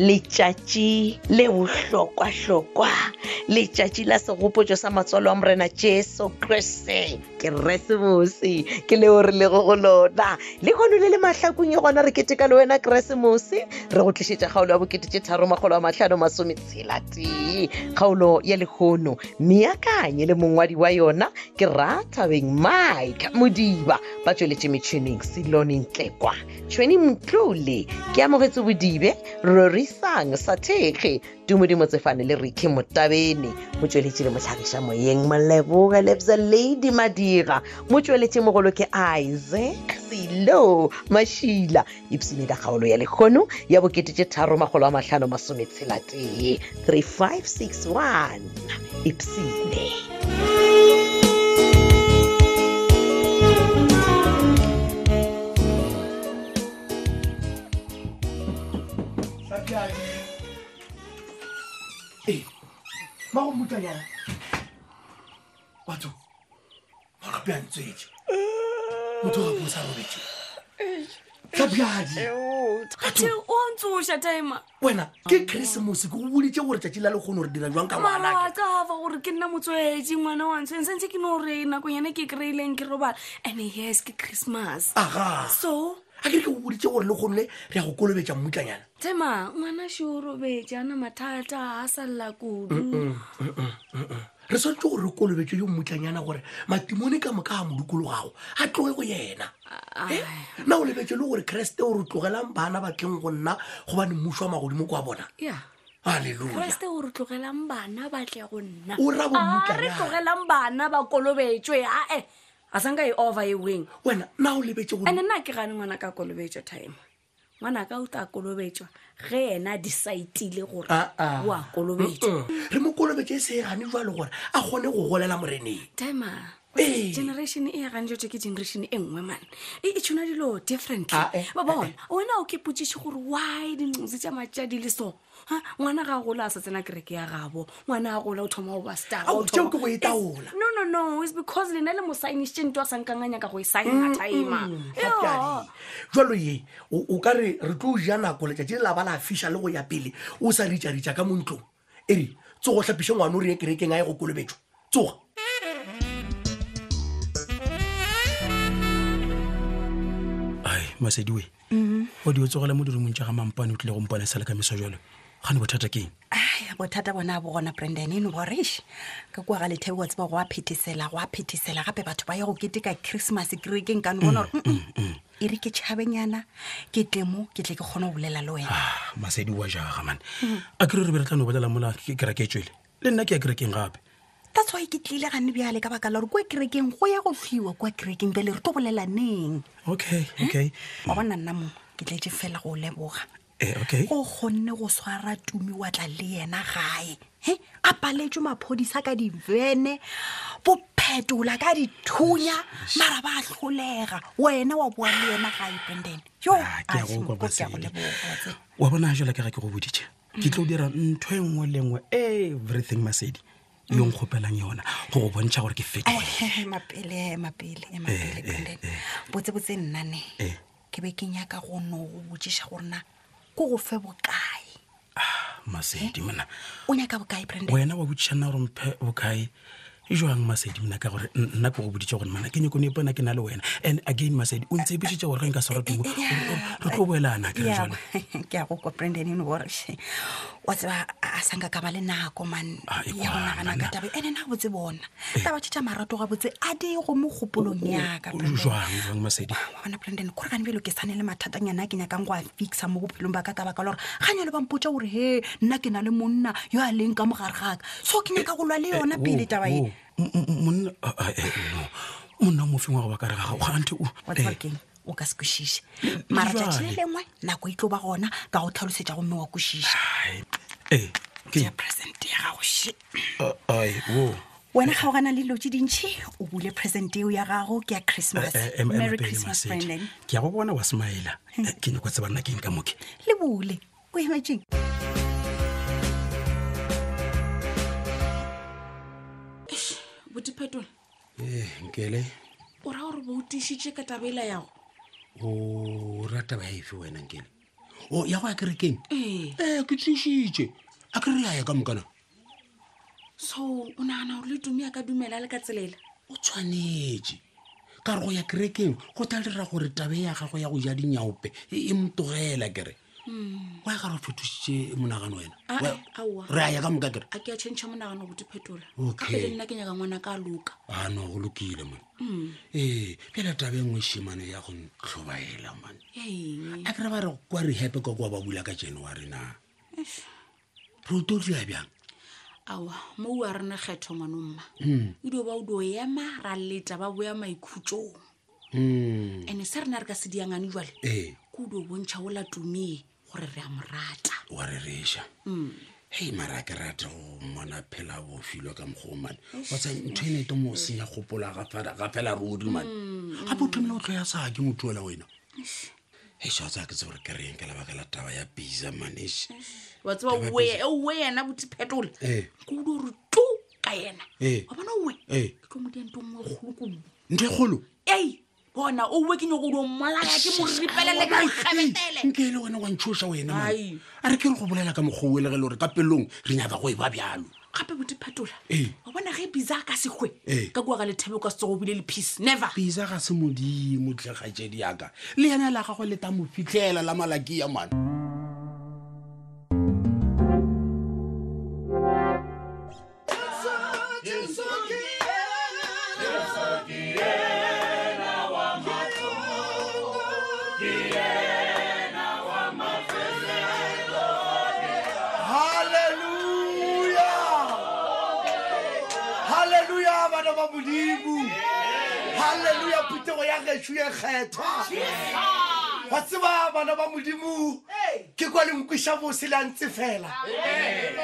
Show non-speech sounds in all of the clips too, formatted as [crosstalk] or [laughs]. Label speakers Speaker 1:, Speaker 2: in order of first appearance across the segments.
Speaker 1: letšatši le bohlokwahlokwa letšatši la segopotšo sa matswalo a morena jesu kriste keresemose ke leo re lego go lona le kgono le le mahlakong e gona re keteka le wena keresemose re go tlišetša kgaolo ya bokete tše tharomagolo a matlhano masometshela tee kgaolo ya lekgono meakanye le mongwadi wa yona ke ratabeng mike modiba ba tsweletše metšhineng selone ntlekwa tšhweni mtlole ke amogetse bodibe rorisang sa thekge tumodimo tsefane le riki motabene motsweletši le motlhagiša moyeng moleboge lebza ladi madira motsweletši mogolo ke isaac selo mašila ipsene ka kgaolo ya lekgono ya boketetše tharo magolo a mahlano masometshela tee 3561 ipsene
Speaker 2: ee ba go mutanyana batho magape a ntswetse e motho ga bosa robetse tlabjadi
Speaker 3: kgathe o ntsoša tima
Speaker 2: wena ke keresemose ke go boditse gore tšatši la lekgono re dira jwang ka
Speaker 3: mara wa
Speaker 2: ngwanake
Speaker 3: tsaba gore ke nna motswetsi ngwana wa ntshweng santse ke no re nakong yane ke kry-ileng ke robala and yes ke christmas
Speaker 2: aga
Speaker 3: so
Speaker 2: a kere ke go boditse gore lekgono le re ya go kolobetša mmutlanyana
Speaker 3: tema ngwana šeo robetse a na mathata a salela
Speaker 2: Mm,
Speaker 3: kudu
Speaker 2: re swanetse gore re kolobetse yo mmutlanyana gore matimone ka moka a modukologago a tloge go yena Eh, na o lebetse le gore kereste o re tlogelang bana batleng go nna gobane mmuso wa magodimo kwa bona
Speaker 3: ya
Speaker 2: halleluja
Speaker 3: kreste o re tlogelang bana ba tle go nna
Speaker 2: O ra bo
Speaker 3: a re
Speaker 2: mmutlanyana.
Speaker 3: tlogelang bana ba kolobetswe ae a sanka e over e weng
Speaker 2: wena na o lebetse gore
Speaker 3: ande nna ke gane ngwana ka kolobetswa time ngwana ka o tla kolobetswa ge ena a decide-ile gore
Speaker 2: Ah, ah.
Speaker 3: o a kolobetswa
Speaker 2: re mo kolobetse e se gane jwale gore a kgone go golela moreneng
Speaker 3: time
Speaker 2: Ee.
Speaker 3: generation e ya ganjetswe ke generation e nngwe mane e e tshwana dilo differently
Speaker 2: Ah, eh,
Speaker 3: ba bona wena o ke potsiše gore why dinosi tša matšadi le so Ha, ngwana ga a gola a sa tsena kereke ya gabo ngwana a gola o thoma go ba star o
Speaker 2: Ao,
Speaker 3: thoma-
Speaker 2: tšeo ke go e
Speaker 3: It's-
Speaker 2: taola.
Speaker 3: no no no is because lena le mosainišitše nto a sankanganya ka go e
Speaker 2: Mm,
Speaker 3: saina time
Speaker 2: jalo ye o o ka re re tlo ja nako letšatši le laba la fiša le go ya pele o sa ritšaritša ka mo ntlong e re tsogo tlhapiše ngwane o re ye kerekeng a ye go kolobetswa tsoga
Speaker 4: ai masediwe
Speaker 5: Mm-hmm.
Speaker 4: o di o tsogela mo dirimong tša ga mampane o tlile go mpone sale ka meso jalo gane bothata ke eng
Speaker 5: ai bothata bona bo gona branden eno borish ka kua ga letheo wa tseba go a phethesela go a phethesela gape batho ba ye go keteka christmas kerekeng kane bona gore
Speaker 4: Mm,
Speaker 5: "Mm-mm, e re ke tšhabenyana ke tlemo ke tle ke kgone go bolela le wena Mm-hmm.
Speaker 4: Ah, masedi wa jaga mane a kere re be re tla no bolela mola ke- kereke e tswele le nna ke ya kerekeng gape
Speaker 5: that's why ke tlile gane bjale ka baka la gore kua kerekeng go ya go fiwa kua kerekeng bjale re tlo bolelaneng
Speaker 4: okay okay
Speaker 5: wa bona nna mo ke tletse fela go o leboga
Speaker 4: Eh, okay
Speaker 5: go kgonne go swara tumi wa tla le yena gae he a paletswe maphodisa ka divene bophetola ka dithunya mara ba tlholega wena wa bua le yena gae branden yo
Speaker 4: Ah, ke ya
Speaker 5: Ashe,
Speaker 4: go kwa
Speaker 5: Moko, ke a go
Speaker 4: Basedi.
Speaker 5: leboga, wa tseba.
Speaker 4: wa bona jala ka ga ke go boditše ke tlo dira ntho e nngwe le nngwe everything masedi yo nkgopelang yona go go bontšha gore ke fetogile
Speaker 5: Eh, mapele mapele eh, mapele branden botsebotse nnane
Speaker 4: Eh.
Speaker 5: ke be ke nyaka go no go botsiša gorena ko go fe bokae
Speaker 4: masedi mona
Speaker 5: o nyaka bokae branden
Speaker 4: wena wa botšišana gore mphe bokae jang masedi mona ka gore n- nna ke go boditše gore mana ke nyako nepana ke na le wena and again masedi o ntse ebešitša gore ga nka se ratong re re tlo boelana kere
Speaker 5: Yeah,
Speaker 4: jone
Speaker 5: [laughs] ke ya go kwa brandanin borshe wa tseba a a sanka ka ba le nako man
Speaker 4: Ah, Eh. e
Speaker 5: ya go
Speaker 4: kwana,
Speaker 5: nagana ka
Speaker 4: na.
Speaker 5: taba ene na botse bona taba tšhetša marato ga botse a di go mo kgopolong
Speaker 4: Oh,
Speaker 5: yaka Brandon.
Speaker 4: jang jang masedi
Speaker 5: Wa bona branden kore gane bjelo ke sane le mathatanyana a ke nyakang go a fixa mo bophelong ba ka ka baka la gore ga nyalo bampotsa gore he nna ke na le monna yo a leng ka mogare gaka so ke nyaka go lwa le yona pele taba e
Speaker 4: Eh, Oh, oh, m- m- monna ah, ah, eh, no. monna o mofeng wa go bakare gago gante o
Speaker 5: wa
Speaker 4: eh,
Speaker 5: tseba keng o ka se kwešiše mara tšatši le
Speaker 4: jwale?
Speaker 5: lengwe nako e tlo ba gona ka go tlhalosetša gomme wa kwešiša
Speaker 4: ai, eh, ke-
Speaker 5: tšea presente ya gago she
Speaker 4: ah, ai, wo.
Speaker 5: wena ga o gana le dilo tse dintšhi o bule present eo ya gago ke ya christmas
Speaker 4: Eh, eh, em-
Speaker 5: merry
Speaker 4: emapele,
Speaker 5: christmas
Speaker 4: Masedi.
Speaker 5: branden
Speaker 4: ke ya go bona wa
Speaker 5: [laughs]
Speaker 4: smile ke nyako tse banna ke eng ka moke
Speaker 5: le bule o emetseng
Speaker 3: botiphetola
Speaker 6: Eh, nkele
Speaker 3: o ra gore boutišitše ka tabaela yago
Speaker 6: o rata baefe wena nkele o ya go ya kerekeng
Speaker 7: ee
Speaker 6: ee ke tsešitše a ke re ya ya ka mokana
Speaker 7: so o nagana gore le tumi a ka dumela a le ka tselela
Speaker 6: o tshwanetše ka re go ya kerekeng go tla dira gore tabe ya gago ya go ja dinyaope e e motogela kere wa ka re o fetošitše monagano wena
Speaker 7: Ah,
Speaker 6: Wa-
Speaker 7: ah, Hmm. aowa.
Speaker 6: re a ya ka moka kere
Speaker 7: a ke a change monagano go di phetola
Speaker 6: Okay.
Speaker 7: gape le nna ke nyaka ngwana ka loka Hmm.
Speaker 6: a no go lokile mone ee pjale tabe ngwe šemane ya go ntlhobaela mone
Speaker 7: eng
Speaker 6: a kere ba re kwa rehepe ka kwa ba bula ka jeno wa rena re o tlo tla bjang
Speaker 7: aowa moo a rena kgetho ngwano mma
Speaker 6: Mm.
Speaker 7: edio ba o dio ema ra leta ba boya maikhutsong
Speaker 6: Hmm. Mm.
Speaker 7: and-e se rena re ka se diangane jale
Speaker 6: ee
Speaker 7: ke o dio bontšha ola tumie gore re a mo rata
Speaker 6: wa re reša hei mara a ke rate go mmona phela bofilwe ka mokgomane watsa ntho ene to mo senya gopola ga fela- ga fela rodi mane
Speaker 7: Mm.
Speaker 6: gape o thomile go tlhoya sake motho ola wena e shatsa ke tse gore ke reng ka lebaka la taba ya bisa maneše
Speaker 7: wa tseba owe yena botse phetola
Speaker 6: ee
Speaker 7: ke o dio gore tu ka yena
Speaker 6: Eh.
Speaker 7: wa bona owe
Speaker 6: Eh.
Speaker 7: ke tlo modiang nto nngwe kgolo kudu
Speaker 6: ntho e kgolo
Speaker 7: ei bona owe ke nyako o dio mmolaya ke mo ripelele ke mokgabetele
Speaker 6: nke e le wena wa ntshoša wena man.
Speaker 7: Ai.
Speaker 6: a re ke re go bolela ka mokgwa o le ge le gore ka pelong re nyaka go e ba bjalo
Speaker 7: gape bote phetola
Speaker 6: Eh.
Speaker 7: wa bona ge bisa ka segwe
Speaker 6: Eh.
Speaker 7: ka kua ka lethebe o ka setsego bile le peace never
Speaker 6: bisa ga se modimo tlegatšedi yaka le yena la gagwe le ta mo fitlhela la malaki ya mane
Speaker 8: haleluya haleluya bana ba modimo haleluya putego ya gešo ye kgethwa wa tseba bana ba modimo ke kwa lenkweša bose le a ntse fela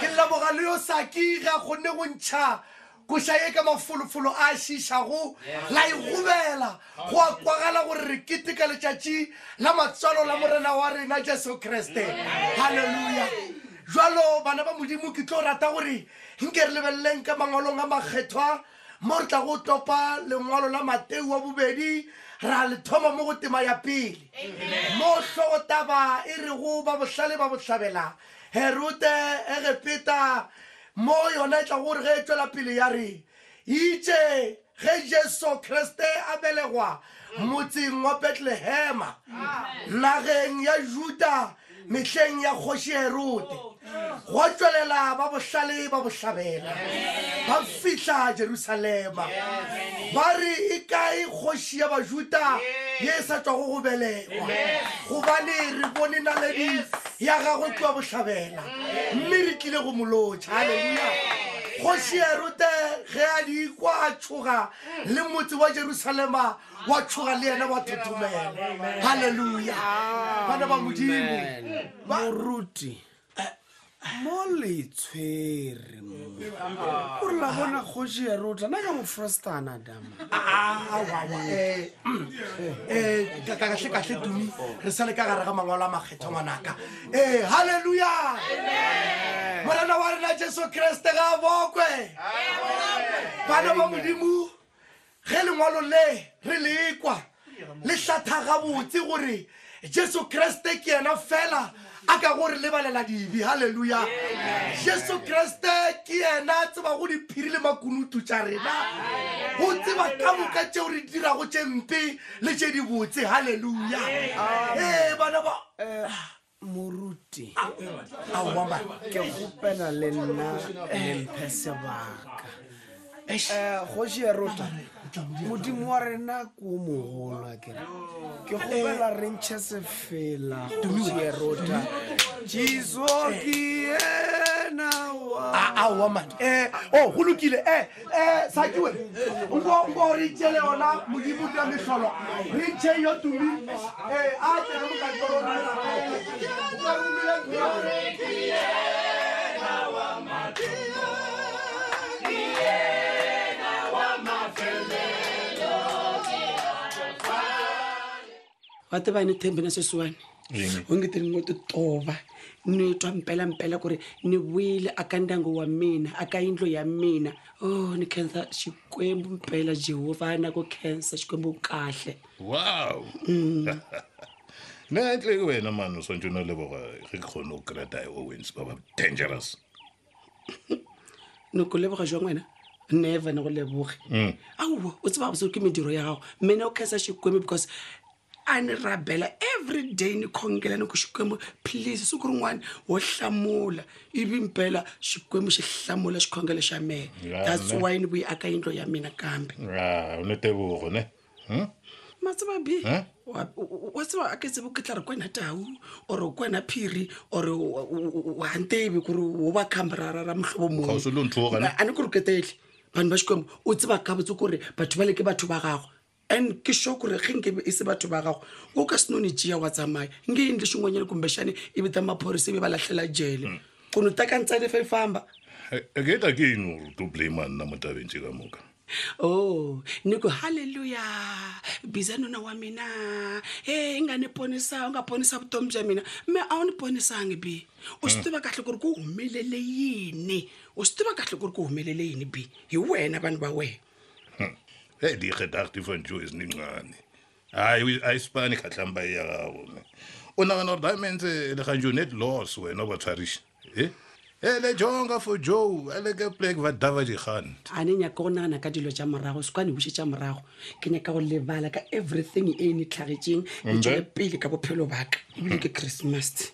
Speaker 8: ke leboga le yo saki ga kgonne go ntšha koša ye ka mafolofolo a šišago la e gobela go a kwagala gore re kete ka letšatši la matswalo la morena wa rena jesu kriste halleluja jalo bana ba modimo ke tlo rata gore nke re lebeleleng ka mangwalong a makgethwa mo re tla go topa lengwalo la mateu wa bobedi ra le thoma mo go tema ya pele mo tlhogotaba e rego ba bohlale ba bohlabela herute egepeta mo yona e tla gore ge e tswela pele ya re itse ge jesu kriste a belegwa motseng wa betlehema nageng ya juta mehleng ya kgoši herote go tswelela ba bohlale ba bohlabela ba fihla jerusalema ba re e kae kgoši ya bajuta ye e sa tswago go belegwa gobane re bone naledi ya gagwe tloa bohlabela mme re tlile go molotšha halleluja kgoši erote ge a dikwa a tšhoga le motse wa jerusalema wa tšhoga le yena wa thothomela halleluja bana ba modimo Eh,
Speaker 9: moruti mo letshwere mo o re la bona kgoši ya rota na ka mo frostana dama
Speaker 3: Mm.
Speaker 8: kahlekahle tumi re sale ka gare ga mangwalo a makgetho ngwanaka ee halleluja morena wa rena jesu kriste ga a bokwe bana ba modimo ge lengwalo le re le kwa le hlatha gabotse gore jesu kriste ke yena fela a ka gore lebalela dibe halleluja jesu kriste ke yena a tseba go diphiri le makunutu tša rena go tseba ka moka tšeo re di dirago tše mpe le tše di botse halleluja ee bana ba
Speaker 9: moruti
Speaker 8: aowa man
Speaker 9: ke gopela le nna lemphe sebaka Eh, kgoši ya rota modimo wa rena ko mogolo akere ke gopela re ntšhe sefela kgoši ya rota jesu ke ena wa Eh, oh,
Speaker 8: aowa man um o go lokile um sakiwe nko re itšele yona modimo dira metlholo re ntšhe yo tumi um
Speaker 9: Eh,
Speaker 8: a tsene mokantoro
Speaker 9: wa tebane thembena sesiwane o nge tiri ngoto tova ni twa mpelampela ku ri ni vuyile aka ndyangu wa mina aka yindlu ya mina o oh, ni khensa xikwembu mpela
Speaker 10: [laughs]
Speaker 9: jehovha na ku khensa xikwembu kahle
Speaker 10: wow nna tle ke wena mane o swantse o no leboga ge ke kgone go kry-a die owens ba ba dangerous
Speaker 9: noko leboga jwang wena never ne go leboge
Speaker 10: Mm.
Speaker 9: aowa o tseba bose ke mediro ya gago mmene o kasa xikwembu because a ni rabela every day ni khongelani ku xikwembu please siku rin'wana wo hlamula ivi mpela xikwembu xi hlamula xikhongelo xa mehe
Speaker 10: Yeah,
Speaker 9: that's
Speaker 10: ne.
Speaker 9: why ni vuyi aka yindlo ya mina kambe
Speaker 10: a Ah, o netebogo ne Mm?
Speaker 9: matseba bi
Speaker 10: Eh?
Speaker 9: wa o- o- wa tseba a ke tsebe ke tla re kwena tau ore kwena phiri ore wantebi kore wo ba khambe ra ra ra muhlovo
Speaker 10: Ga o se lo nthoga, ne?
Speaker 9: mongwe a ne kore ketetlhe vanhu ba xikwembu o tseba ka botse kore batho ba le ke batho ba gago and ke sure kore ge nkebe e se batho ba gago o ka senone jea wa tsamaya nge endle xin'wanyana kumbexane e vita maphorisa e ve va lahlela jele kuno taka ntsane fa i famba
Speaker 10: E- e ke eta ke eng gore to blame a nna mo tabeng tse ka moka
Speaker 9: oh ni ku halleluya biza nuna wa mina e i nga ni ponisa u nga ponisa vutomi bya mina mme a wu ni ponisangi bi u swi tiva kahle ku ri ku humelele yini u swi tiva kahle ku ri ku humelele yini bi hi wena vanhu va wena
Speaker 10: e di e gedagte van joe is nincane hayi a ispane kgatlhang ba e ya gago ne. o nagana gore diamentse le ganjo net loss wena o ba tshwariša e e le jonga for joe a leke plak va dava dikgane
Speaker 9: a ne nyaka go nagana ka dilo tša morago se kwane bošetša morago ke nyaka go lebala ka everything e ne tlhagetšeng e
Speaker 10: Mbe?
Speaker 9: tswele pele ka bophelo baka ebile ke christmas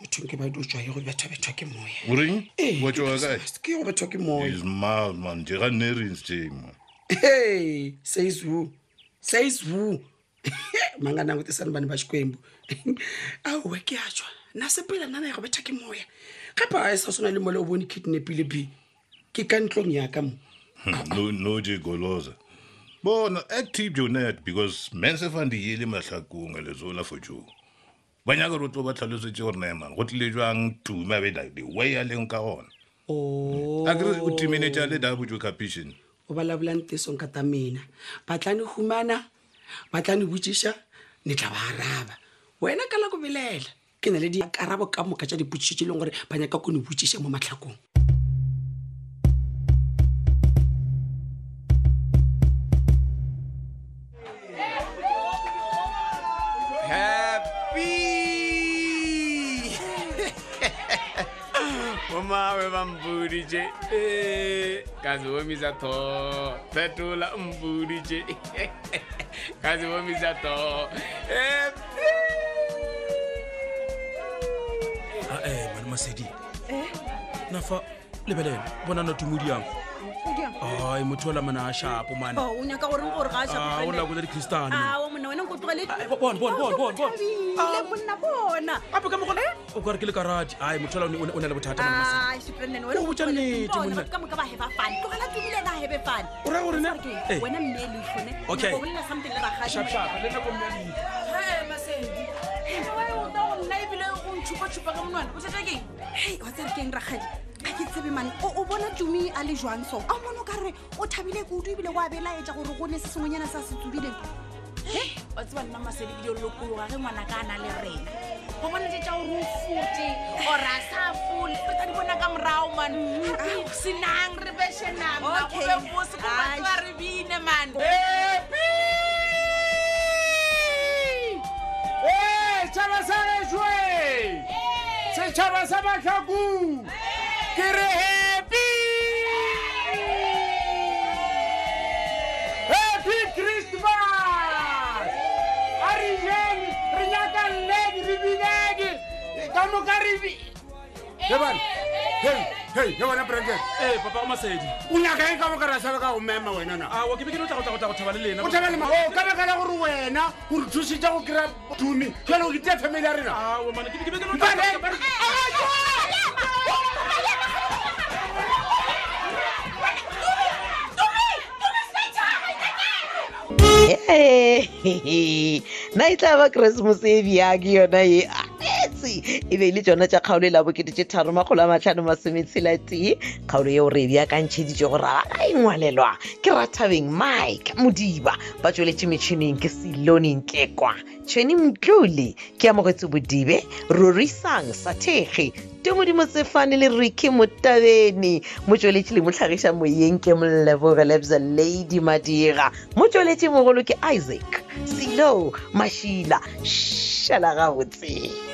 Speaker 9: mothong ke ba dutswaye go bethwabethwa ke moya
Speaker 10: o reng
Speaker 9: Ee,
Speaker 10: wa
Speaker 9: ke
Speaker 10: tsoga kae
Speaker 9: Christmas, ke go bethwa ke moya
Speaker 10: is mal man je ga nerins jema
Speaker 9: hey seizu seizu [laughs] manga nangutisani vanhu va xikwembu [laughs] awe ke atswa na sepela nana ya go betha ke moya gape ga e sa swana le mole o bone kidnapile bi ke ka ntlong yaka mo
Speaker 10: no no je goloza bona active joe net because men se fan di yele mahlakong a lezona for joe ba nyaka re o tlo ba tlhalosetse gore nae man go tlile jwang tumi a be like the way a leng ka gona a kere o timinetša Oh. le double joe capition
Speaker 9: o balabolang tesong ka ta mina ba tla ni humana ba tla ni botsiša ni tla ba araba wena ka la ko belela ke na le dikarabo ka moka tša dipotsišo tse e leng gore ba nyaka ko ni botsiša mo matlhakong
Speaker 11: happy momawe ba mpuditše Eh, ka se omisa thoo fetola mpuditše ka se omisa thoo happy
Speaker 4: ae mane eh, masedi
Speaker 5: Eh,
Speaker 4: nafa lebelela bona na tumo diang ai motho ola mana a shapo mane
Speaker 5: Oh, o nyaka goreng gore ga
Speaker 4: a Ah, o lakola dikristane
Speaker 5: ao monna wena Ah, o nkotlogele
Speaker 4: bona bona bona bona bona
Speaker 5: le monna bona
Speaker 4: gape Ah. ka mogone o kare ke le karate ai motho ola o ne- o na le bothata mane
Speaker 5: Ah,
Speaker 4: masedi O botša nnete, monna.
Speaker 5: moka ba heba fane tlogela tumile na hebe fane
Speaker 4: O raya gore ne? Eh.
Speaker 5: wena mme leihone
Speaker 4: Okay.
Speaker 5: bolela something le
Speaker 4: Shap, shap, le nako
Speaker 7: e
Speaker 5: wa tsere keng rakgadi ga ke tsebe mane o o bona tumi a le jwang so a mone o ka re o thabile kudu ebile go a belaetsa gore go ne se sengwenyana sa se tsobileng
Speaker 7: wa tseba nna masedi ebile o lokologa ge ngwana ka a na le rena go bona te tša gore o fote ore a sa fole re ka di bona ka morago mane senang re besenang
Speaker 5: Okay.
Speaker 7: gobe bose ko
Speaker 5: Ai.
Speaker 7: batsa re bine mane
Speaker 11: setšhaba sa leswe setšhaba sa matlhako ke re happy happy christmas a re jeng re nyaka nnedi re binedi ka moka re
Speaker 4: ee Eh, papa masedi
Speaker 11: o nyaka eng ka moka ra sabe ka go mema wena na
Speaker 4: awa ke be ke no tlago go thaba le lena
Speaker 11: o thabele mao ka baka la gore wena o re thusitse go kry-a tumi jalo o ketea family ya rena
Speaker 4: awa Ah, mane ke be- ke be ke no
Speaker 11: Mpale-
Speaker 1: Hey, nna e tla ba christmas e bjang yona ye aetse e be e le tsona tša kgaolo e labokete tše tharo makgolo a matlhano masometshela tee kgaolo yeo re e beakantšheditše gore a ba ka engwalelwa ke rathabeng mike modiba ba tsweletše metšhineng ke selone ntlekwa tšhweni mtlole ke amogetse bodibe rorisang sathege temodimo tsefane le riki motabeni motsweletši le motlhagiša moyeng ke mollebogele bza lady madira motsweletši mogolo ke isaac selo mašila šala gabotse